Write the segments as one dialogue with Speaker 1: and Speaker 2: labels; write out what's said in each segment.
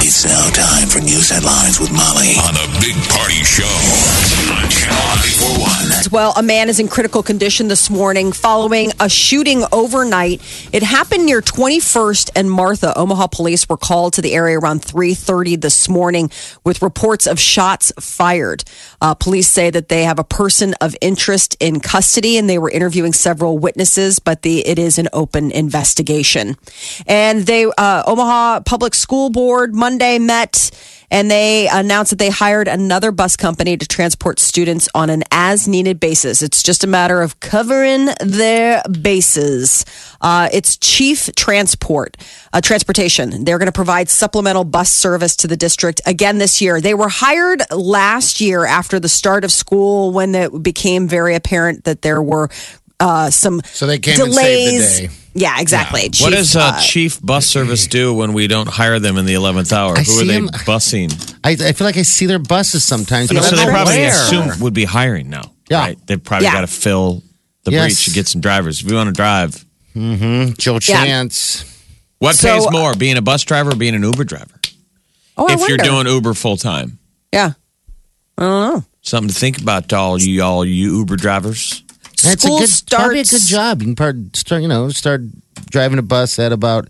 Speaker 1: It's now time for news headlines with Molly on the Big Party Show on Channel 941.
Speaker 2: Well, a man is in critical condition this morning following a shooting overnight. It happened near 21st and Martha. Omaha police were called to the area around 3:30 this morning with reports of shots fired. Uh, police say that they have a person of interest in custody, and they were interviewing several witnesses. But the it is an open investigation. And they uh, Omaha Public School Board Monday met and they announced that they hired another bus company to transport students on an as needed basis. It's just a matter of covering their bases. Uh, it's Chief Transport, uh, Transportation. They're going to provide supplemental bus service to the district again this year. They were hired last year after the start of school when it became very apparent that there were uh, some
Speaker 3: So they came and saved the
Speaker 2: delays.
Speaker 3: day.
Speaker 2: Yeah, exactly. Chief,
Speaker 4: what does uh,
Speaker 2: uh,
Speaker 4: chief bus service do when we don't hire them in the 11th hour?
Speaker 3: I
Speaker 4: Who are
Speaker 3: see
Speaker 4: they
Speaker 3: him-
Speaker 4: busing?
Speaker 3: I, I feel like I see their buses sometimes. but
Speaker 4: so
Speaker 3: I
Speaker 4: they
Speaker 3: don't know
Speaker 4: probably
Speaker 3: where.
Speaker 4: assume would be hiring now.
Speaker 3: Yeah.
Speaker 4: Right? They've probably
Speaker 2: Yeah.
Speaker 4: got to fill the
Speaker 3: Yes.
Speaker 4: breach and get some drivers. If you want to drive,
Speaker 3: Joe
Speaker 2: Yeah.
Speaker 3: Chance.
Speaker 4: what
Speaker 2: So,
Speaker 4: pays
Speaker 2: uh,
Speaker 4: more, being a bus driver or being an Uber driver?
Speaker 2: oh, I
Speaker 4: if you're
Speaker 2: wonder.
Speaker 4: doing Uber full time,
Speaker 2: yeah. I don't know.
Speaker 4: something to think about to all you all you Uber drivers.
Speaker 3: That's a
Speaker 2: School
Speaker 3: good, probably a
Speaker 2: starts-
Speaker 3: good job. You can part, start, you know, start driving a bus at about,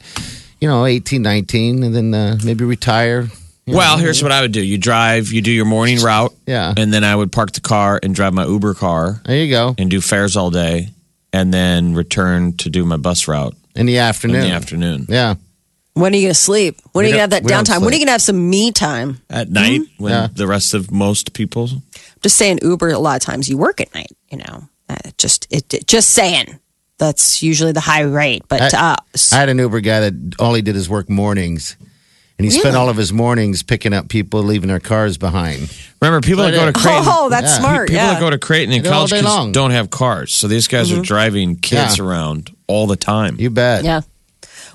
Speaker 3: you know, 18, 19, and then uh, maybe retire. you know.
Speaker 4: Well, here's what I would do. You drive, you do your morning route.
Speaker 3: Yeah.
Speaker 4: And then I would park the car and drive my Uber car
Speaker 3: there you go.
Speaker 4: and do fares all day and then return to do my bus route
Speaker 3: In the
Speaker 4: in
Speaker 3: afternoon.
Speaker 4: the afternoon.
Speaker 3: Yeah.
Speaker 2: When are you going to sleep? When are
Speaker 3: We
Speaker 2: you going to have that
Speaker 3: don't- we don't
Speaker 2: downtime? When are you going
Speaker 3: sleep.
Speaker 2: to have some me time?
Speaker 4: At night
Speaker 2: Hmm?
Speaker 4: when
Speaker 3: Yeah.
Speaker 4: the rest of most people
Speaker 2: Just saying, Uber. A lot of times you work at night. You know, uh, just it, it- Just saying. That's usually the high rate. But
Speaker 3: I-
Speaker 2: uh, s-
Speaker 3: I had an Uber guy that all he did is work mornings, and he spent all of his mornings picking up people leaving their cars behind.
Speaker 4: Remember people that go to Creighton
Speaker 2: oh, that's
Speaker 3: Yeah.
Speaker 2: smart.
Speaker 4: people
Speaker 2: Yeah.
Speaker 4: that go to Creighton and
Speaker 3: They do all
Speaker 4: college
Speaker 3: day
Speaker 4: kids
Speaker 3: long.
Speaker 4: don't have cars. So these guys
Speaker 2: Mm-hmm.
Speaker 4: are driving kids
Speaker 3: Yeah.
Speaker 4: around all the time.
Speaker 3: You bet.
Speaker 2: yeah.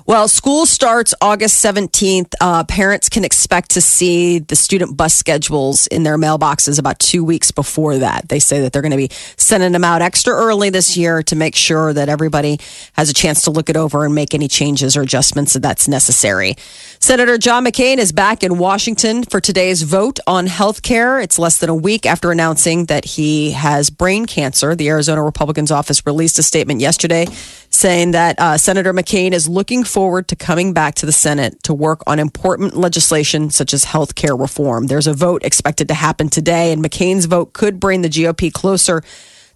Speaker 2: Well, school starts August 17th. Uh, parents can expect to see the student bus schedules in their mailboxes about two weeks before that. They say that they're going to be sending them out extra early this year to make sure that everybody has a chance to look it over and make any changes or adjustments that that's necessary. Senator John McCain is back in Washington for today's vote on health care. It's less than a week after announcing that he has brain cancer. The Arizona Republican's office released a statement yesterday saying that uh, Senator McCain is looking forward to coming back to the Senate to work on important legislation such as health care reform. There's a vote expected to happen today, and McCain's vote could bring the GOP closer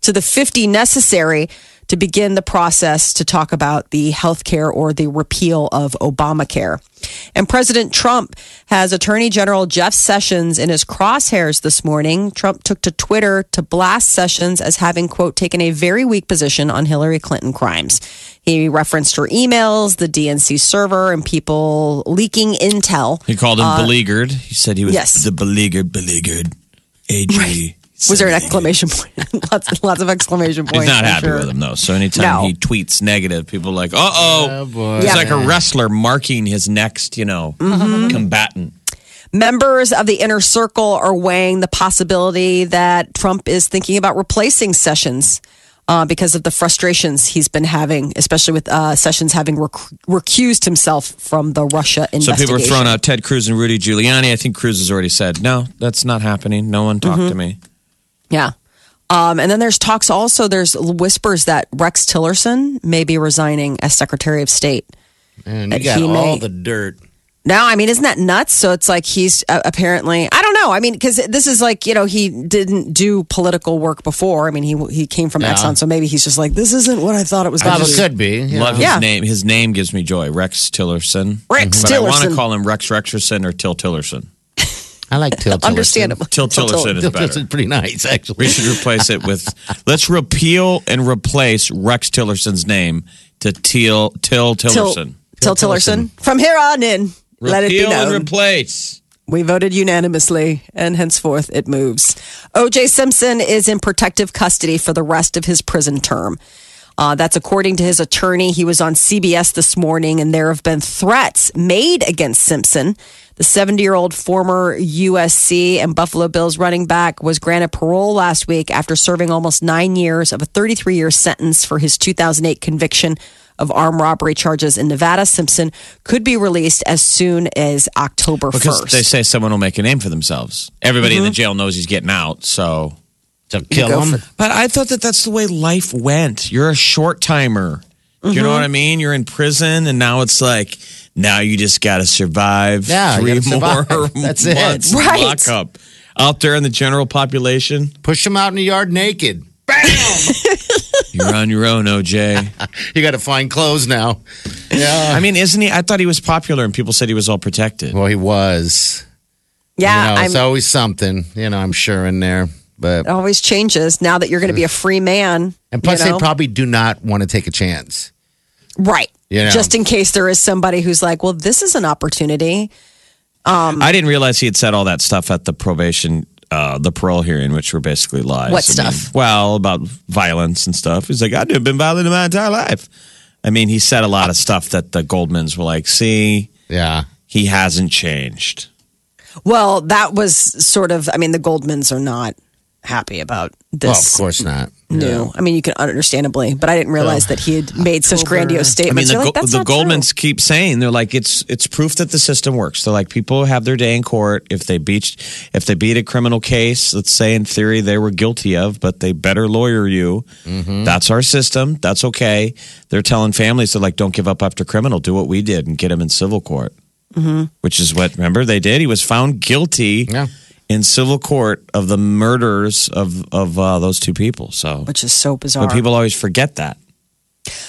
Speaker 2: to the 50 necessary to begin the process to talk about the health care or the repeal of Obamacare. And President Trump has Attorney General Jeff Sessions in his crosshairs this morning. Trump took to Twitter to blast Sessions as having, quote, taken a very weak position on Hillary Clinton crimes. He referenced her emails, the DNC server, and people leaking intel.
Speaker 4: He called him beleaguered. He said he was
Speaker 2: Uh, yes.
Speaker 4: the beleaguered, beleaguered. AG.
Speaker 2: Was there an exclamation point? lots, lots of exclamation points.
Speaker 4: He's not
Speaker 2: I'm
Speaker 4: happy
Speaker 2: sure.
Speaker 4: with him though. So anytime
Speaker 2: No.
Speaker 4: he tweets negative, people are like, uh oh.
Speaker 3: boy.
Speaker 4: He's
Speaker 2: Yeah.
Speaker 4: like a wrestler marking his next, you know,
Speaker 2: Mm-hmm.
Speaker 4: combatant.
Speaker 2: Members of the inner circle are weighing the possibility that Trump is thinking about replacing Sessions uh, because of the frustrations he's been having, especially with uh, Sessions having rec- recused himself from the Russia
Speaker 4: So
Speaker 2: investigation.
Speaker 4: people are throwing out Ted Cruz and Rudy Giuliani. I think Cruz has already said, no, that's not happening. No one
Speaker 2: Mm-hmm.
Speaker 4: talked to me.
Speaker 2: Yeah. Um, and then there's talks also, there's whispers that Rex Tillerson may be resigning as Secretary of State.
Speaker 3: And you
Speaker 2: That
Speaker 3: got
Speaker 2: he
Speaker 3: all
Speaker 2: may-
Speaker 3: the dirt.
Speaker 2: Now, I mean, isn't that nuts? So it's like he's uh, apparently, I don't know. I mean, because this is like, you know, he didn't do political work before. I mean, he he came from
Speaker 3: Yeah.
Speaker 2: Exxon, so maybe he's just like, this isn't what I thought it was going
Speaker 3: Probably
Speaker 2: to be.
Speaker 3: could be. you
Speaker 4: Love
Speaker 3: know.
Speaker 4: his
Speaker 2: Yeah.
Speaker 4: name. His name gives me joy. Rex Tillerson.
Speaker 2: Rex
Speaker 4: But I want to
Speaker 2: Tillerson.
Speaker 4: call him Rex Rexerson or Till Tillerson.
Speaker 3: I like Till. Tillerson.
Speaker 2: Understandable.
Speaker 4: Till Tillerson is
Speaker 3: Till
Speaker 4: better.
Speaker 3: Tillerson's pretty nice,
Speaker 4: We
Speaker 3: actually.
Speaker 4: should replace it with let's repeal and replace Rex Tillerson's name to Teal Till
Speaker 2: Till,
Speaker 4: Tillerson.
Speaker 2: Till Tillerson. From here on in, Let it be
Speaker 4: Repeal and
Speaker 2: known.
Speaker 4: replace.
Speaker 2: We voted unanimously, and henceforth it moves. OJ Simpson is in protective custody for the rest of his prison term. Uh, that's according to his attorney. He was on CBS this morning, and there have been threats made against Simpson. The 70 year old former USC and Buffalo Bills running back was granted parole last week after serving almost nine years of a 33 year sentence for his 2008 conviction of armed robbery charges in Nevada. Simpson could be released as soon as October
Speaker 4: Because
Speaker 2: 1st.
Speaker 4: they say someone will make a name for themselves. Everybody
Speaker 2: Mm-hmm.
Speaker 4: in the jail knows he's getting out, so.
Speaker 3: To kill him.
Speaker 4: But I thought that that's the way life went. You're a short timer. Do You know
Speaker 3: Mm-hmm.
Speaker 4: what I mean? You're in prison, and now it's like now you just got to survive
Speaker 3: Yeah,
Speaker 4: three
Speaker 3: you gotta survive.
Speaker 4: more
Speaker 3: That's it.
Speaker 4: months in
Speaker 2: Right.
Speaker 4: lockup out there in the general population.
Speaker 3: Push him out in the yard naked.
Speaker 4: You're on your own, OJ.
Speaker 3: You got to find clothes now.
Speaker 4: I mean, isn't he? I thought he was popular, and people said he was all protected.
Speaker 3: Well, he was.
Speaker 2: Yeah,
Speaker 3: you know,
Speaker 2: I'm,
Speaker 3: it's always something. You know, I'm sure in there, but
Speaker 2: it always changes now that you're going to be a free man.
Speaker 3: and plus
Speaker 2: you know?
Speaker 3: they probably do not want to take a chance.
Speaker 2: right,
Speaker 3: You know.
Speaker 2: just in case there is somebody who's like, well, this is an opportunity. Mm-hmm.
Speaker 4: I didn't realize he had said all that stuff at the probation, uh, the parole hearing, which were basically lies.
Speaker 2: What
Speaker 4: I
Speaker 2: stuff?
Speaker 4: mean, well, about violence and stuff. He's like, I've never been violent in my entire life. I mean, he said a lot of stuff that the Goldmans were like, see,
Speaker 3: Yeah,
Speaker 4: he hasn't changed.
Speaker 2: Well, that was sort of. I mean, the Goldmans are not happy about this.
Speaker 3: well, of course not.
Speaker 2: New. I mean, you can understandably, but I didn't realize that he had made such grandiose
Speaker 4: I mean,
Speaker 2: statements.
Speaker 4: the,
Speaker 2: You're like,
Speaker 4: Go-
Speaker 2: "That's
Speaker 4: the
Speaker 2: not true."
Speaker 4: Goldmans keep saying they're like it's it's proof that the system works. They're like people have their day in court. If they beat if they beat a criminal case, let's say in theory they were guilty of, but they better lawyer you. That's our system. That's okay. They're telling families they're like, don't give up after criminal. Do what we did and get him in civil court, which is what remember they did. He was found guilty.
Speaker 3: Yeah.
Speaker 4: In civil court of the murders of of uh, those two people, so
Speaker 2: which is so bizarre.
Speaker 4: but people always forget that.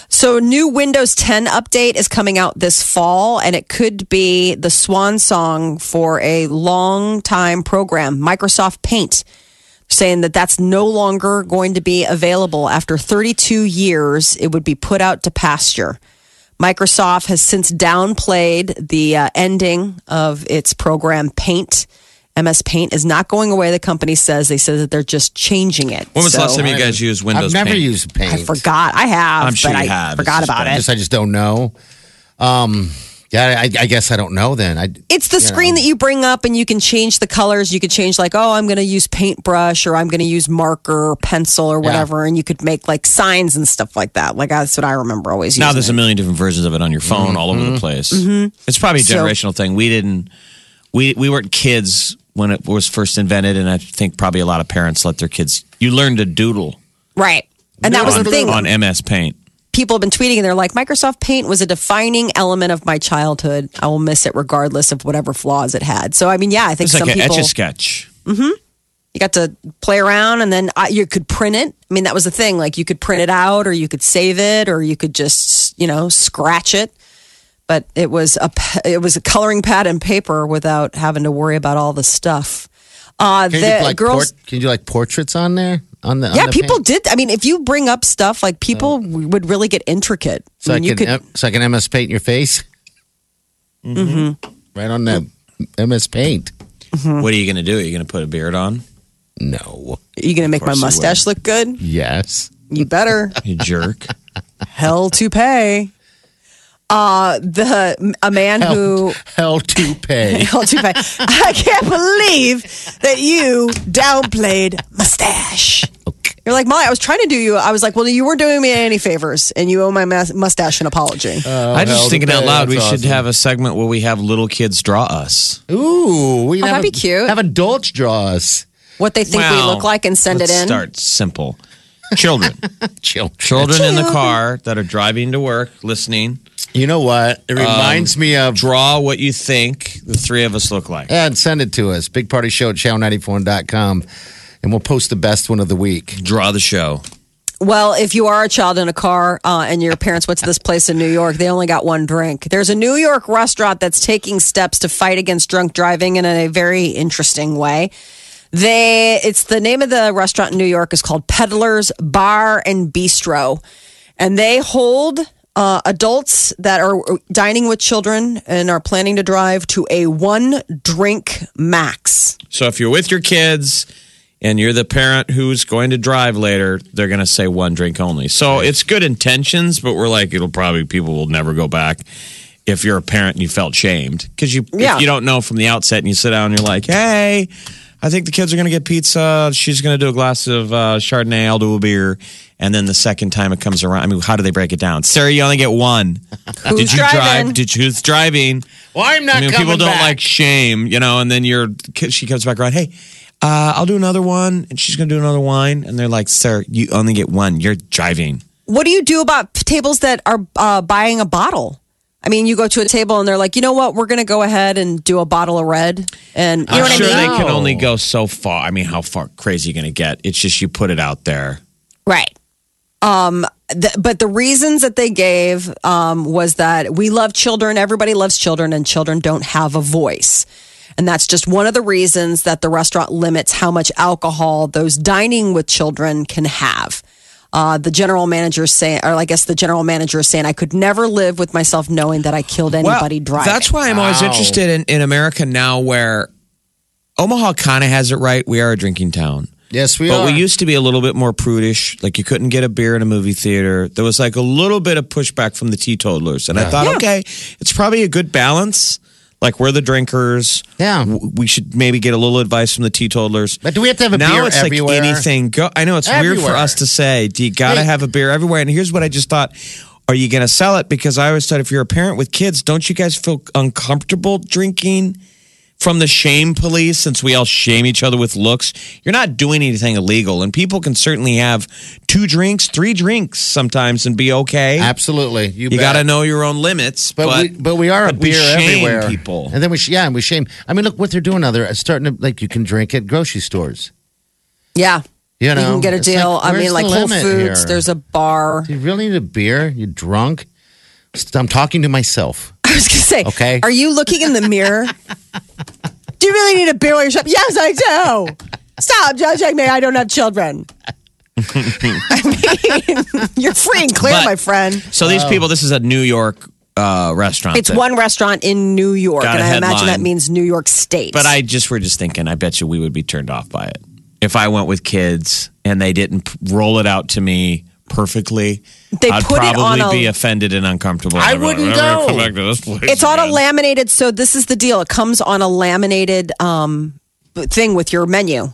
Speaker 2: So, new Windows 10 update is coming out this fall, and it could be the swan song for a long time program, Microsoft Paint, saying that that's no longer going to be available. After 32 years, it would be put out to pasture. Microsoft has since downplayed the uh, ending of its program Paint. MS Paint is not going away, the company says. They say that they're just changing it.
Speaker 4: When was the
Speaker 2: So-
Speaker 4: last time you guys used Windows?
Speaker 3: I've never
Speaker 4: Paint?
Speaker 3: used paint.
Speaker 2: I forgot. I have.
Speaker 4: I'm sure
Speaker 2: but
Speaker 4: you
Speaker 2: I
Speaker 4: have. It's
Speaker 2: Forgot
Speaker 4: just
Speaker 2: about
Speaker 4: been-
Speaker 2: it.
Speaker 3: Just I just don't know. Um, yeah, I, I guess I don't know. Then I
Speaker 2: It's the screen that you bring up and you can change the colors. You could change like, oh, I'm going to use paintbrush or I'm going to use marker or pencil or whatever. And you could make like signs and stuff like that. Like that's what I remember always
Speaker 4: Now
Speaker 2: using.
Speaker 4: there's a million different versions of it on your phone all over the place. It's probably a
Speaker 2: Mm-hmm. So-
Speaker 4: generational thing. We didn't we we weren't kids when it was first invented and I think probably a lot of parents let their kids you learn to doodle
Speaker 2: right. And that was
Speaker 4: on,
Speaker 2: the thing.
Speaker 4: on MS Paint.
Speaker 2: People have been tweeting and they're like, Microsoft Paint was a defining element of my childhood. I will miss it regardless of whatever flaws it had. So, I mean, yeah, I think
Speaker 4: It's
Speaker 2: some
Speaker 4: like an
Speaker 2: people.
Speaker 4: etch a sketch.
Speaker 2: you got to play around and then I, you could print it i mean that was the thing like you could print it out or you could save it or you could just you know scratch it but it was a p- it was a coloring pad and paper without having to worry about all the stuff uh
Speaker 3: can you
Speaker 2: the
Speaker 3: do, like
Speaker 2: girls
Speaker 3: port- can you do like portraits on there on the on
Speaker 2: yeah
Speaker 3: the
Speaker 2: people
Speaker 3: paint?
Speaker 2: did i mean if you bring up stuff like people w- would really get intricate
Speaker 3: So
Speaker 2: I
Speaker 3: I,
Speaker 2: mean, you
Speaker 3: can
Speaker 2: could
Speaker 3: M- so I can MS Paint your face. Mm-hmm.
Speaker 2: Mm-hmm.
Speaker 3: Right on the MS Paint.
Speaker 2: Hmm.
Speaker 4: What are you going to do? Are you going to put a beard on?
Speaker 3: No.
Speaker 2: you gonna make my
Speaker 4: course you
Speaker 2: mustache look good
Speaker 3: Yes.
Speaker 2: you better
Speaker 4: You jerk.
Speaker 2: hell to pay uh the a man who
Speaker 3: Hell to pay.
Speaker 2: Hell to pay. I can't believe that you downplayed mustache. You're like, Molly, I was trying to do you. I was like, well, you weren't doing me any favors, and you owe my mas- mustache an apology.
Speaker 4: I
Speaker 3: hell
Speaker 4: just
Speaker 3: to
Speaker 4: thinking out
Speaker 3: pay.
Speaker 4: loud. We
Speaker 3: That's
Speaker 4: should
Speaker 3: awesome.
Speaker 4: have a segment where we have little kids draw us.
Speaker 3: Ooh, we
Speaker 2: Oh, that'd be cute.
Speaker 3: Have adults draw us.
Speaker 2: what they think we
Speaker 4: Well,
Speaker 2: look like and send it
Speaker 4: let's
Speaker 2: in.
Speaker 4: Start simple. Children.
Speaker 3: Children.
Speaker 4: Children in the car that are driving to work, listening.
Speaker 3: You know what? It reminds me of.
Speaker 4: draw what you think the three of us look like.
Speaker 3: and send it to us. Big Party Show at channel94.com. And we'll post the best one of the week.
Speaker 4: Draw the show.
Speaker 2: Well, if you are a child in a car uh, and your parents went to this place in New York, they only got one drink. There's a New York restaurant that's taking steps to fight against drunk driving in a very interesting way. They, it's the name of the restaurant in New York is called Peddlers Bar and Bistro, and they hold uh, adults that are dining with children and are planning to drive to a one drink max.
Speaker 4: So if you're with your kids and you're the parent who's going to drive later, they're going to say one drink only. So it's good intentions, but we're like, it'll probably, people will never go back. If you're a parent and you felt shamed, because you if
Speaker 2: Yeah.
Speaker 4: you don't know from the outset, and you sit down and you're like, "Hey, I think the kids are going to get pizza. She's going to do a glass of uh, Chardonnay. I'll do a beer." And then the second time it comes around, I mean, how do they break it down? Sarah, you only get one. Did you drive?
Speaker 2: driving?
Speaker 4: Did you, who's driving?
Speaker 3: Well, I'm not
Speaker 4: I mean,
Speaker 3: coming
Speaker 4: people don't
Speaker 3: back.
Speaker 4: like shame, you know. And then you're, she comes back around. Hey, uh, I'll do another one, and she's gonna do another wine, and they're like, "Sir, you only get one. You're driving."
Speaker 2: What do you do about tables that are uh, buying a bottle? I mean, you go to a table and they're like, you know what? We're going to go ahead and do a bottle of red. And you know
Speaker 4: I'm
Speaker 2: what
Speaker 4: sure
Speaker 2: I mean?
Speaker 4: they can only go so far. I mean, how far crazy you gonna get? It's just you put it out there.
Speaker 2: Right. Um, th- but the reasons that they gave um, was that we love children, everybody loves children, and children don't have a voice. And that's just one of the reasons that the restaurant limits how much alcohol those dining with children can have. Uh, the general manager is saying, or I guess the general manager is saying, I could never live with myself knowing that I killed anybody driving.
Speaker 4: That's why I'm always
Speaker 3: Wow.
Speaker 4: interested in, in America now, where Omaha kind of has it right. We are a drinking town.
Speaker 3: Yes, we
Speaker 4: but
Speaker 3: are.
Speaker 4: we used to be a little bit more prudish. Like you couldn't get a beer in a movie theater. There was like a little bit of pushback from the teetotalers, and I thought, okay, it's probably a good balance. Like we're the drinkers.
Speaker 3: Yeah.
Speaker 4: W- we should maybe get a little advice from the teetotalers.
Speaker 3: But do we have to have a
Speaker 4: now
Speaker 3: beer
Speaker 4: it's
Speaker 3: everywhere?
Speaker 4: like anything go. I know it's weird for
Speaker 3: Everywhere.
Speaker 4: us to say. Do you gotta
Speaker 3: Hey.
Speaker 4: have a beer everywhere? And here's what I just thought. Are you going to sell it? Because I always thought if you're a parent with kids, don't you guys feel uncomfortable drinking from the shame police since we all shame each other with looks? You're not doing anything illegal, and people can certainly have two drinks, three drinks sometimes and be okay.
Speaker 3: Absolutely. You,
Speaker 4: You got
Speaker 3: to
Speaker 4: to know your own limits.
Speaker 3: But,
Speaker 4: But,
Speaker 3: we, but we are a
Speaker 4: but
Speaker 3: beer
Speaker 4: shame
Speaker 3: everywhere.
Speaker 4: People.
Speaker 3: And then we, sh- yeah, and we shame. I mean, look what they're doing now. They're starting to, like, you can drink at grocery stores.
Speaker 2: yeah.
Speaker 3: You know,
Speaker 2: can get a
Speaker 3: it's like,
Speaker 2: deal. I mean,
Speaker 3: where's
Speaker 2: like
Speaker 3: the
Speaker 2: Whole
Speaker 3: limit
Speaker 2: Foods,
Speaker 3: here?
Speaker 2: there's a bar.
Speaker 3: Do you really need a beer? You drunk? I'm talking to myself.
Speaker 2: I was going to say,
Speaker 3: Okay.
Speaker 2: Are you looking in the mirror? do you really need a beer while you're shopping? Yes, I do. Stop judging me. I don't have children. I mean, you're free and clear,
Speaker 4: But-
Speaker 2: my friend.
Speaker 4: So
Speaker 3: Oh.
Speaker 4: these people, this is a New York uh, restaurant.
Speaker 2: It's
Speaker 4: that-
Speaker 2: one restaurant in New York,
Speaker 4: Got
Speaker 2: and
Speaker 4: a
Speaker 2: I imagine
Speaker 4: headline.
Speaker 2: that means New York State.
Speaker 4: But I just we're just thinking. I bet you we would be turned off by it if I went with kids and they didn't p- roll it out to me perfectly.
Speaker 2: They
Speaker 4: I'd
Speaker 2: put it on
Speaker 4: probably
Speaker 2: a-
Speaker 4: be offended and uncomfortable.
Speaker 3: I
Speaker 4: I'd be like,
Speaker 3: wouldn't
Speaker 4: "We're never gonna
Speaker 3: go.
Speaker 4: Come back to this place
Speaker 2: it's on a
Speaker 4: again."
Speaker 2: laminated. So this is the deal. It comes on a laminated um, thing with your menu.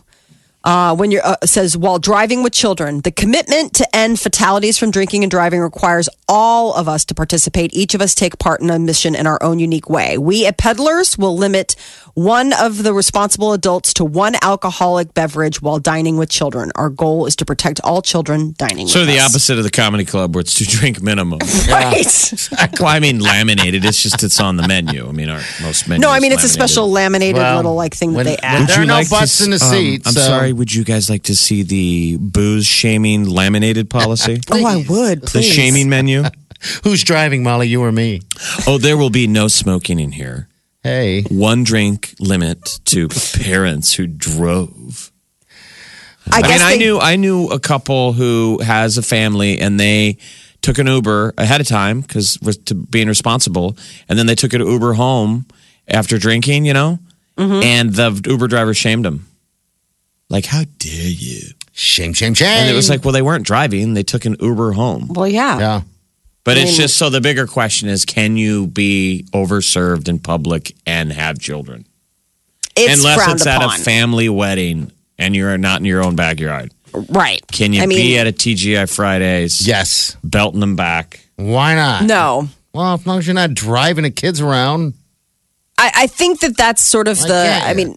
Speaker 2: Uh, when you're uh, it says while driving with children, the commitment to end fatalities from drinking and driving requires all of us to participate. Each of us take part in a mission in our own unique way. We at Peddlers will limit one of the responsible adults to one alcoholic beverage while dining with children. Our goal is to protect all children dining.
Speaker 4: So
Speaker 2: with
Speaker 4: the
Speaker 2: us.
Speaker 4: opposite of the comedy club, where it's two drink minimum.
Speaker 2: Right.
Speaker 4: well, I mean laminated. It's just it's on the menu. I mean, our, most menus.
Speaker 2: No, I mean it's a
Speaker 4: laminated.
Speaker 2: special laminated
Speaker 3: Well,
Speaker 2: little like thing
Speaker 3: when-
Speaker 2: that they
Speaker 3: when
Speaker 2: add.
Speaker 3: There are no butts
Speaker 4: s- um,
Speaker 3: in the seats,
Speaker 4: I'm
Speaker 3: so-
Speaker 4: sorry. Would you guys like to see the booze shaming laminated policy?
Speaker 2: Oh, I would.
Speaker 4: the
Speaker 2: Please.
Speaker 4: shaming menu.
Speaker 3: Who's driving, Molly? You or me?
Speaker 4: Oh, there will be no smoking in here.
Speaker 3: Hey.
Speaker 4: one drink limit to parents who drove.
Speaker 2: I
Speaker 4: I,
Speaker 2: guess
Speaker 4: mean, I
Speaker 2: they-
Speaker 4: knew I knew a couple who has a family and they took an Uber ahead of time because to being responsible, and then they took an Uber home after drinking, you know, and the Uber driver shamed them. Like, how dare you?
Speaker 3: Shame, shame, shame.
Speaker 4: And it was like, well, they weren't driving; they took an Uber home.
Speaker 2: Well, yeah.
Speaker 3: yeah.
Speaker 4: But it's just so the bigger question is, can you be overserved in public and have children?
Speaker 2: It's
Speaker 4: unless
Speaker 2: frowned
Speaker 4: it's
Speaker 2: upon.
Speaker 4: at a family wedding and you're not in your own backyard.
Speaker 2: right.
Speaker 4: Can you
Speaker 2: I mean,
Speaker 4: be at a TGI Fridays?
Speaker 3: Yes.
Speaker 4: belting them back.
Speaker 3: Why not?
Speaker 2: No.
Speaker 3: Well, as long as you're not driving the kids around.
Speaker 2: I, I think that that's sort of
Speaker 3: I
Speaker 2: the,
Speaker 3: get
Speaker 2: I
Speaker 3: you.
Speaker 2: mean,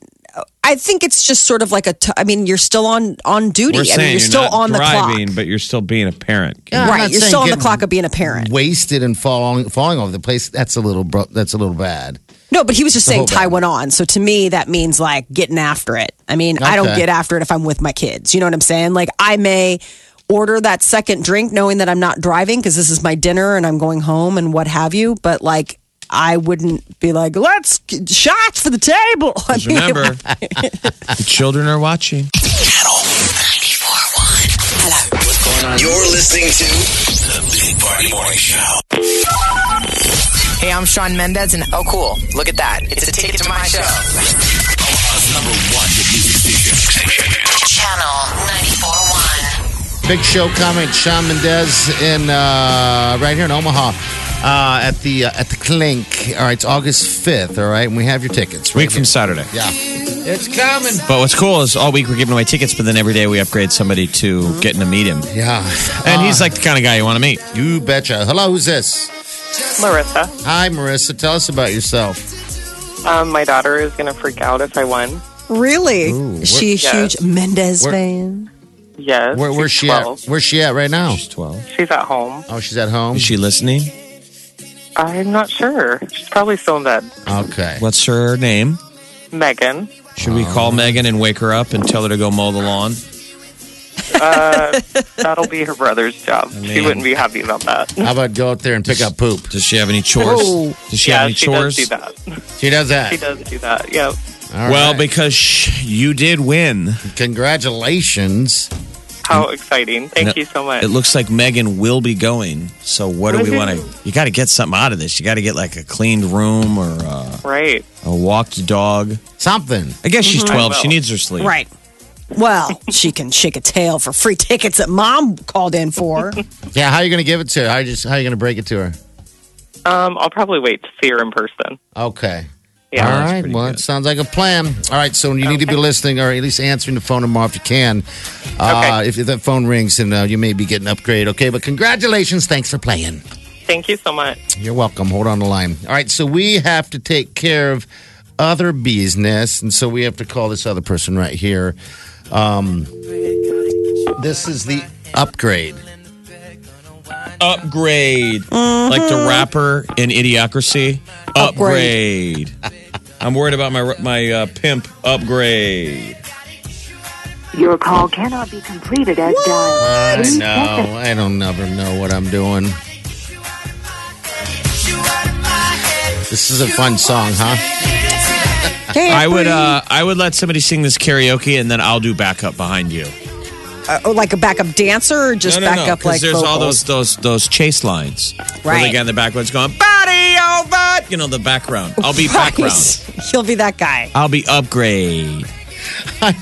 Speaker 2: I think it's just sort of like a, t- I mean, you're still on, on duty.
Speaker 4: We're
Speaker 2: I
Speaker 4: saying
Speaker 2: mean, you're, still
Speaker 4: not
Speaker 2: on
Speaker 4: driving,
Speaker 2: the clock.
Speaker 4: but you're still being a parent.
Speaker 3: Yeah, I'm
Speaker 2: right.
Speaker 3: not
Speaker 2: You're
Speaker 3: saying
Speaker 2: still on the
Speaker 3: get
Speaker 2: clock of being a parent.
Speaker 3: Wasted and falling falling over the place. That's a little bro- that's a little bad.
Speaker 2: No, but he was just saying
Speaker 3: whole
Speaker 2: Ty went on. So to me, that means like getting after it. I mean, I don't
Speaker 3: Okay.
Speaker 2: get after it if I'm with my kids. You know what I'm saying? Like I may order that second drink knowing that I'm not driving because this is my dinner and I'm going home and what have you. But like, I wouldn't be like, let's get shots for the table. I mean,
Speaker 4: Remember, the children are watching.
Speaker 5: Hello. What's going
Speaker 1: You're listening to the Big Party Morning Show.
Speaker 5: Hey, I'm Sean Mendez, and oh, cool. Look at that. It's a ticket to my show.
Speaker 1: Omaha's number one hit music station.
Speaker 6: Channel 941.
Speaker 3: Big show coming. Sean Mendez in uh, right here in Omaha uh, at the uh, at the Clink. All right, it's August fifth. All right, and we have your tickets. Right
Speaker 4: Week
Speaker 3: here.
Speaker 4: from Saturday.
Speaker 3: yeah, it's coming.
Speaker 4: But what's cool is all week we're giving away tickets, but then every day we upgrade somebody to getting to meet him.
Speaker 3: Yeah,
Speaker 4: And he's like the kind of guy you want to meet.
Speaker 3: you betcha. Hello, who's this?
Speaker 7: Marissa,
Speaker 3: Hi, Marissa. Tell us about yourself.
Speaker 7: um, my daughter is going to freak out if I won.
Speaker 2: Really?
Speaker 3: Ooh,
Speaker 2: Is she a
Speaker 7: we're-
Speaker 2: huge Mendez
Speaker 3: We're-
Speaker 2: fan?
Speaker 7: Yes.
Speaker 3: Where, where's
Speaker 7: she's
Speaker 3: she at?
Speaker 7: 12.
Speaker 3: Where's she at right now?
Speaker 4: She's 12.
Speaker 7: She's at home.
Speaker 3: Oh, she's at home.
Speaker 4: Is she listening?
Speaker 7: I'm not sure. She's probably still in bed.
Speaker 3: Okay.
Speaker 4: What's her name?
Speaker 7: Megan.
Speaker 4: Should we call Megan and wake her up and tell her to go mow the lawn?
Speaker 7: That'll be her brother's job. she
Speaker 4: mean-
Speaker 7: wouldn't be happy about that.
Speaker 3: How about go out there and pick up poop?
Speaker 4: Does she have any chores?
Speaker 2: Oh.
Speaker 4: Does she have
Speaker 7: yeah,
Speaker 4: any
Speaker 7: she
Speaker 4: chores?
Speaker 7: does do that.
Speaker 3: She does that.
Speaker 7: She does do that. Yep.
Speaker 3: All
Speaker 4: Well,
Speaker 3: right.
Speaker 4: because sh- you did win.
Speaker 3: congratulations. Mm.
Speaker 7: How exciting. Thank you so much.
Speaker 4: It looks like Megan will be going. So what do we want to? You got to get something out of this. You got to get like a cleaned room or uh,
Speaker 7: right.
Speaker 4: a walked dog.
Speaker 3: Something.
Speaker 4: I guess she's twelve.
Speaker 7: will.
Speaker 4: She needs her sleep.
Speaker 2: Right. Well, she can shake a tail for free tickets that mom called in for.
Speaker 3: Yeah. How are you going to give it to her? How you just how are you going to break it to her?
Speaker 7: Um, I'll probably wait to see her in person.
Speaker 3: Okay.
Speaker 7: Yeah.
Speaker 3: All
Speaker 4: that's
Speaker 3: right.
Speaker 4: pretty
Speaker 3: Well, it
Speaker 4: good.
Speaker 3: sounds like a plan. All right. So you need to be listening or at least answering the phone tomorrow if you can. Uh,
Speaker 7: Okay.
Speaker 3: If, if that phone rings, then uh, you may be getting upgraded. Okay. But congratulations. Thanks for playing.
Speaker 7: Thank you so much.
Speaker 3: You're welcome. Hold on the line. All right. So we have to take care of other business. And so we have to call this other person right here. Um, this is the upgrade.
Speaker 4: Upgrade, like the rapper in Idiocracy. Upgrade. I'm worried about my my uh, pimp. Upgrade.
Speaker 8: Your call cannot be completed as dialed.
Speaker 3: I know. I don't never know what I'm doing. This is a fun song, huh?
Speaker 2: Can't
Speaker 4: I would
Speaker 2: breathe.
Speaker 4: uh, I would let somebody sing this karaoke and then I'll do backup behind you.
Speaker 2: Uh, oh, like a backup dancer or just back up
Speaker 4: 'cause
Speaker 2: like
Speaker 4: there's all those
Speaker 2: vocals?
Speaker 4: those those chase lines. Where the
Speaker 2: Right.
Speaker 4: guy in the background's going body over. You know the background. I'll be background.
Speaker 2: Right. You'll be that guy.
Speaker 4: I'll be upgrade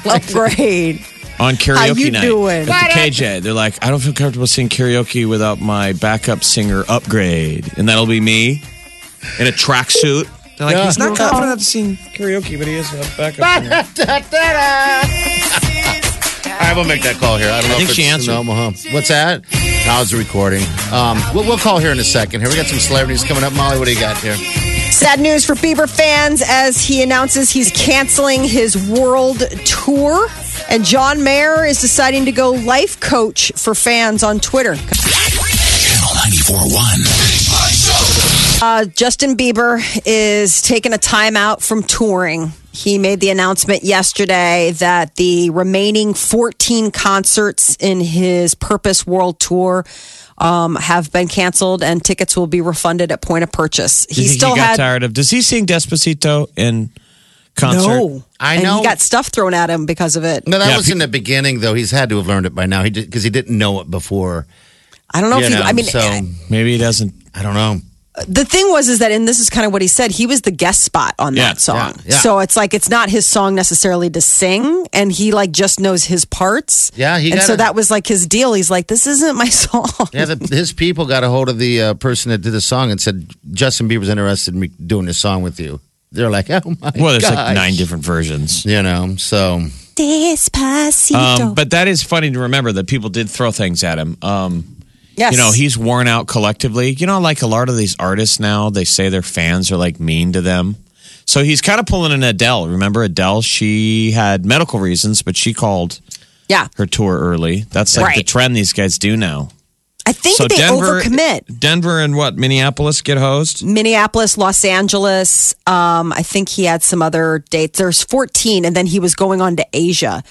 Speaker 2: Upgrade.
Speaker 4: on karaoke
Speaker 2: How you
Speaker 4: night
Speaker 2: doing?
Speaker 4: at the KJ. They're like, I don't feel comfortable singing karaoke without my backup singer upgrade, and that'll be me in a tracksuit. They're like,
Speaker 3: Yeah.
Speaker 4: he's not confident enough to sing karaoke, but he is a backup. singer.
Speaker 3: All right, we'll make that call here. I don't know
Speaker 4: think
Speaker 3: if
Speaker 4: she
Speaker 3: it's in
Speaker 4: answered.
Speaker 3: Omaha. What's that? That was a recording. Um, we'll, we'll call here in a second. Here we got some celebrities coming up. Molly, what do you got here?
Speaker 2: Sad news for Bieber fans as he announces he's canceling his world tour. And John Mayer is deciding to go life coach for fans on Twitter.
Speaker 1: Channel 941.
Speaker 2: Uh, Justin Bieber is taking a timeout from touring. He made the announcement yesterday that the remaining 14 concerts in his Purpose World Tour um, have been canceled and tickets will be refunded at point of purchase.
Speaker 4: Do
Speaker 2: He
Speaker 4: you think
Speaker 2: still
Speaker 4: he got
Speaker 2: had
Speaker 4: tired of? Does he sing Despacito in concert?
Speaker 2: No,
Speaker 3: I
Speaker 2: And
Speaker 3: know.
Speaker 2: he got stuff thrown at him because of it.
Speaker 3: No, that
Speaker 4: Yeah,
Speaker 3: was
Speaker 4: pe-
Speaker 3: in the beginning, though. He's had to have learned it by now. He because he didn't know it before.
Speaker 2: I don't know
Speaker 3: you
Speaker 2: if he,
Speaker 3: know,
Speaker 2: I mean,
Speaker 3: so
Speaker 4: Maybe he doesn't.
Speaker 3: I don't know.
Speaker 2: the thing was, is that, and this is kind of what he said, he was the guest spot on
Speaker 4: Yeah,
Speaker 2: that song.
Speaker 3: yeah, yeah.
Speaker 2: So it's like, it's not his song necessarily to sing, and he like just knows his parts.
Speaker 3: Yeah, he
Speaker 2: And
Speaker 3: got
Speaker 2: so
Speaker 3: it.
Speaker 2: that was like his deal. He's like, this isn't my song.
Speaker 3: Yeah, the, his people got a hold of the uh, person that did the song and said Justin Bieber's interested in me doing this song with you. They're like, oh my
Speaker 4: Well, there's
Speaker 3: gosh.
Speaker 4: like nine different versions.
Speaker 3: You know, so
Speaker 2: Despacito.
Speaker 4: Um, but that is funny to remember that people did throw things at him. Um,
Speaker 2: yes.
Speaker 4: You know, he's worn out collectively. You know, like a lot of these artists now, they say their fans are like mean to them. So he's kind of pulling an Adele. Remember Adele? She had medical reasons, but she called
Speaker 2: yeah.
Speaker 4: her tour early. That's like the
Speaker 2: Right.
Speaker 4: trend these guys do now.
Speaker 2: I think
Speaker 4: so
Speaker 2: they
Speaker 4: Denver,
Speaker 2: overcommit.
Speaker 4: Denver and what Minneapolis get hosed.
Speaker 2: Minneapolis, Los Angeles. Um, I think he had some other dates. There's 14, and then he was going on to Asia.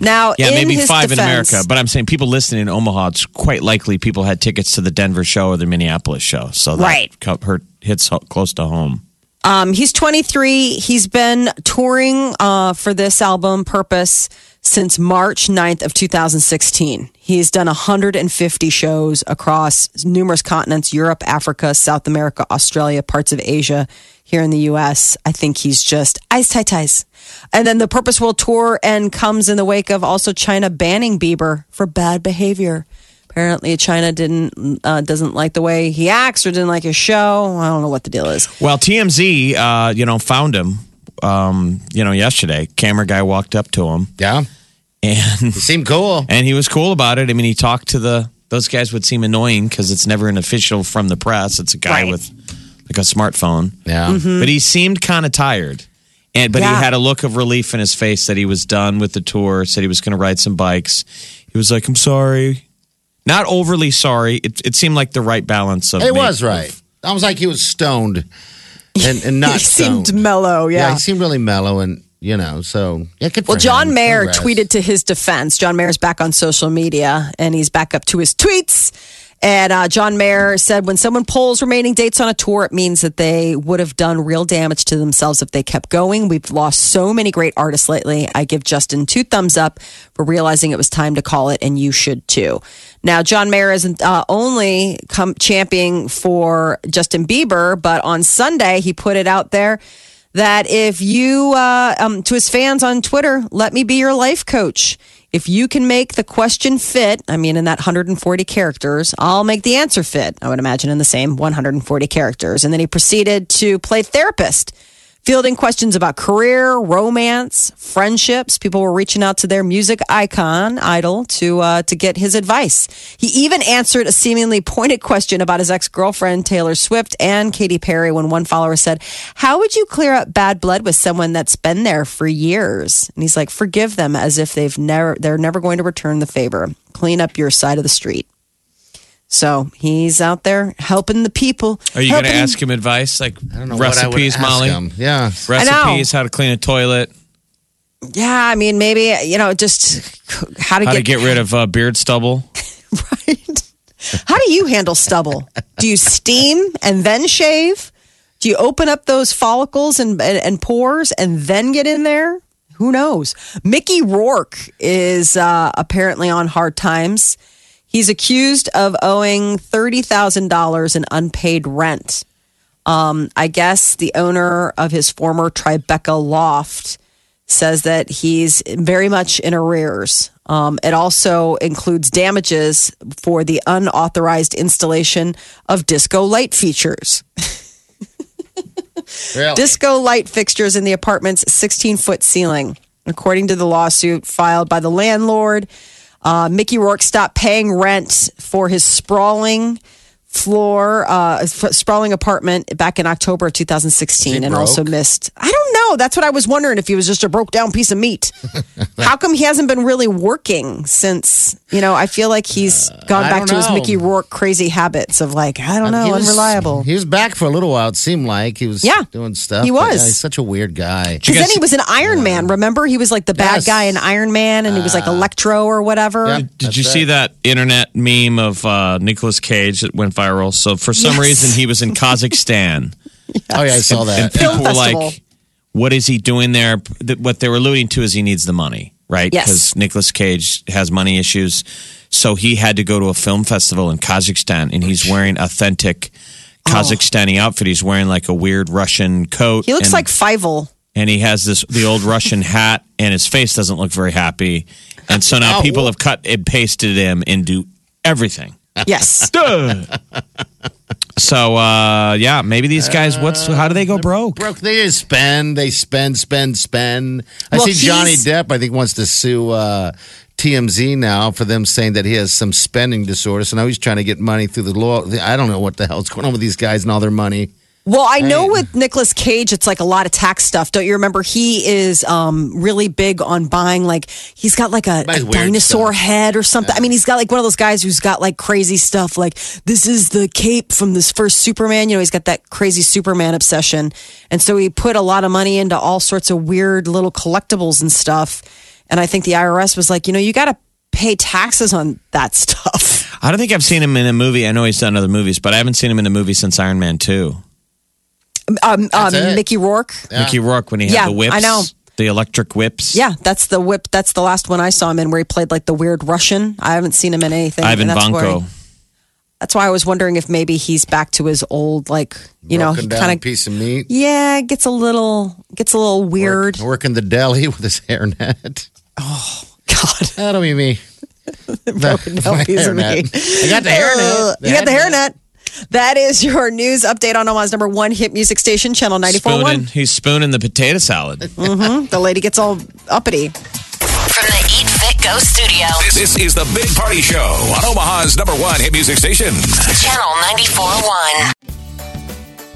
Speaker 2: Now,
Speaker 4: Yeah,
Speaker 2: in
Speaker 4: maybe
Speaker 2: his
Speaker 4: five in
Speaker 2: defense-
Speaker 4: America. But I'm saying people listening in Omaha, it's quite likely people had tickets to the Denver show or the Minneapolis show. So that
Speaker 2: Right.
Speaker 4: co- hurt, hits ho- close to home.
Speaker 2: Um, he's 23. He's been touring uh, for this album, Purpose, since March 9th of 2016. He's done 150 shows across numerous continents, Europe, Africa, South America, Australia, parts of Asia, here in the US. I think he's just ice tie ties. And then the Purpose World Tour and comes in the wake of also China banning Bieber for bad behavior. Apparently, China didn't uh, doesn't like the way he acts or didn't like his show. I don't know what the deal is.
Speaker 4: Well, TMZ, uh, you know, found him. Um, you know, yesterday, camera guy walked up to him,
Speaker 3: Yeah.
Speaker 4: and
Speaker 3: He seemed cool.
Speaker 4: and he was cool about it. I mean, he talked to the those guys would seem annoying because it's never an official from the press. It's a guy
Speaker 5: Right.
Speaker 4: with like a smartphone,
Speaker 3: Yeah.
Speaker 2: Mm-hmm.
Speaker 4: but he seemed kind of tired. And but he had a look of relief in his face that he was done with the tour. Said he was going to ride some bikes. He was like, "I'm sorry." Not overly sorry. It, it seemed like the right balance of
Speaker 3: It
Speaker 4: ma-
Speaker 3: was right. I was like he was stoned and, and not
Speaker 2: he
Speaker 3: stoned.
Speaker 2: seemed mellow.
Speaker 3: yeah. he seemed really mellow and, you know, so. Yeah, good for
Speaker 2: Well, John
Speaker 3: him.
Speaker 2: Mayer
Speaker 3: Congrats.
Speaker 2: tweeted to his defense. John Mayer's back on social media and he's back up to his tweets. And uh, John Mayer said, when someone pulls remaining dates on a tour, it means that they would have done real damage to themselves if they kept going. We've lost so many great artists lately. I give Justin two thumbs up for realizing it was time to call it, and you should too. Now, John Mayer isn't uh, only come championing for Justin Bieber, but on Sunday he put it out there that if you, uh, um, to his fans on Twitter, let me be your life coach. If you can make the question fit, I mean, in that 140 characters, I'll make the answer fit, I would imagine, in the same 140 characters. And then he proceeded to play therapist, fielding questions about career, romance, friendships. People were reaching out to their music icon, Idol, to, uh, to get his advice. He even answered a seemingly pointed question about his ex girlfriend, Taylor Swift, and Katy Perry when one follower said, How would you clear up bad blood with someone that's been there for years? And he's like, Forgive them as if they've never, they're never going to return the favor. Clean up your side of the street. So he's out there helping the people.
Speaker 4: Are you going to
Speaker 2: helping-
Speaker 4: ask him advice like
Speaker 3: I don't know what I would
Speaker 4: recipes,
Speaker 3: ask
Speaker 4: Molly?
Speaker 3: him. Yeah.
Speaker 4: Recipes, how to clean a toilet,
Speaker 2: Yeah, I mean, maybe, you know, just how to,
Speaker 4: how
Speaker 2: get,
Speaker 4: to get rid of uh, beard stubble.
Speaker 2: right? How do you handle stubble? Do you steam and then shave? Do you open up those follicles and, and, and pores and then get in there? Who knows? Mickey Rourke is uh, apparently on hard times. He's accused of owing $30,000 in unpaid rent. Um, I guess the owner of his former Tribeca loft says that he's very much in arrears. Um, it also includes damages for the unauthorized installation of disco light features.
Speaker 3: Really?
Speaker 2: Disco light fixtures in the apartment's 16 foot ceiling. According to the lawsuit filed by the landlord, uh, Mickey Rourke stopped paying rent for his sprawling floor, uh, f- sprawling apartment back in October of 2016
Speaker 3: Is he
Speaker 2: and also
Speaker 3: broke?
Speaker 2: missed. I don't know. That's what I was wondering if he was just a broke down piece of meat. How come he hasn't been really working since, you know, I feel like he's gone
Speaker 3: Uh, I
Speaker 2: back to
Speaker 3: don't
Speaker 2: his
Speaker 3: know. Uh,
Speaker 2: Mickey Rourke crazy habits of like, I don't know,
Speaker 3: He was-
Speaker 2: unreliable.
Speaker 3: He was back for a little while, it seemed like. He was
Speaker 2: Yeah.
Speaker 3: doing stuff.
Speaker 2: He
Speaker 3: but, yeah,
Speaker 2: was.
Speaker 3: he's such a weird guy.
Speaker 2: Because then he was an Iron Man. Remember, he was like the bad
Speaker 3: Yes. Ah.
Speaker 2: guy in Iron Man, and he was like Electro or whatever.
Speaker 3: Yeah.
Speaker 4: Did you
Speaker 3: That's
Speaker 4: see that internet meme of uh, Nicolas Cage that went viral? So for some
Speaker 2: Yes.
Speaker 4: reason, he was in Kazakhstan.
Speaker 3: Oh, yeah, I saw
Speaker 4: And
Speaker 3: that.
Speaker 4: people
Speaker 2: Film
Speaker 4: were
Speaker 2: festival.
Speaker 4: like, what is he doing there? Th- What they were alluding to is he needs the money, right?
Speaker 2: Yes.
Speaker 4: Because Nicolas Cage has money issues. So he had to go to a film festival in Kazakhstan and he's wearing authentic
Speaker 2: Oh.
Speaker 4: Kazakhstani outfit. He's wearing like a weird Russian coat.
Speaker 2: He looks
Speaker 4: and-
Speaker 2: like Fievel.
Speaker 4: and he has this the old Russian hat, and his face doesn't look very happy. And so now
Speaker 3: Ow.
Speaker 4: people have cut and pasted him into everything.
Speaker 2: Yes,
Speaker 4: So uh, yeah, maybe these guys. What's how do they go broke?
Speaker 3: broke. They just spend, they spend, spend, spend. I
Speaker 2: Well,
Speaker 3: see Johnny
Speaker 2: he's-
Speaker 3: Depp. I think wants to sue uh, TMZ now for them saying that he has some spending disorder. So now he's trying to get money through the law. I don't know what the hell's going on with these guys and all their money.
Speaker 2: Well, I know with Nicolas Cage, it's like a lot of tax stuff. Don't you remember? He is um, really big on buying, like, he's got like a,
Speaker 3: Buys
Speaker 2: a
Speaker 3: weird
Speaker 2: dinosaur
Speaker 3: stuff.
Speaker 2: head or something. I mean, he's got like one of those guys who's got like crazy stuff. Like, this is the cape from this first Superman. You know, he's got that crazy Superman obsession. And so he put a lot of money into all sorts of weird little collectibles and stuff. And I think the IRS was like, you know, you got to pay taxes on that stuff.
Speaker 4: I don't think I've seen him in a movie. I know he's done other movies, but I haven't seen him in a movie since Iron Man Two.
Speaker 2: Um, um,
Speaker 3: it.
Speaker 2: Mickey Rourke.
Speaker 4: Mickey Rourke when he had the whips.
Speaker 2: I know.
Speaker 4: The electric whips.
Speaker 2: Yeah, that's the whip. That's the last one I saw him in where he played like the weird Russian. I haven't seen him in anything. and
Speaker 4: Ivan
Speaker 2: that's
Speaker 4: Vanko.
Speaker 2: Where, that's why I was wondering if maybe he's back to his old like you know he
Speaker 3: Broken down
Speaker 2: kind of
Speaker 3: piece of meat.
Speaker 2: yeah gets a little gets a little weird.
Speaker 3: Working the deli with his hairnet.
Speaker 2: God,
Speaker 3: That'll be me.
Speaker 2: broken down
Speaker 3: My
Speaker 2: piece of
Speaker 3: hairnet.
Speaker 2: meat.
Speaker 3: I got the
Speaker 2: Uh,
Speaker 3: hairnet.
Speaker 2: you got the hairnet. That is your news update on Omaha's number one hit music station, Channel ninety four
Speaker 4: Spooning,
Speaker 2: one.
Speaker 4: he's spooning the potato salad.
Speaker 2: The lady gets all uppity.
Speaker 6: From the Eat Fit Go studio,
Speaker 1: This is the Big Party Show on Omaha's number one hit music station.
Speaker 6: Channel 94.1.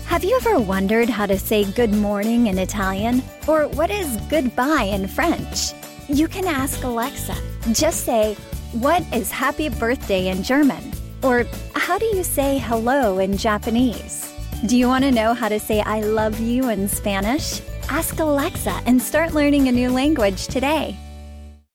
Speaker 9: Have you ever wondered how to say good morning in Italian? Or what is goodbye in French? You can ask Alexa. Just say, What is happy birthday in German? Or how do you say hello in Japanese? Do you want to know how to say I love you in Spanish? Ask Alexa and start learning a new language today.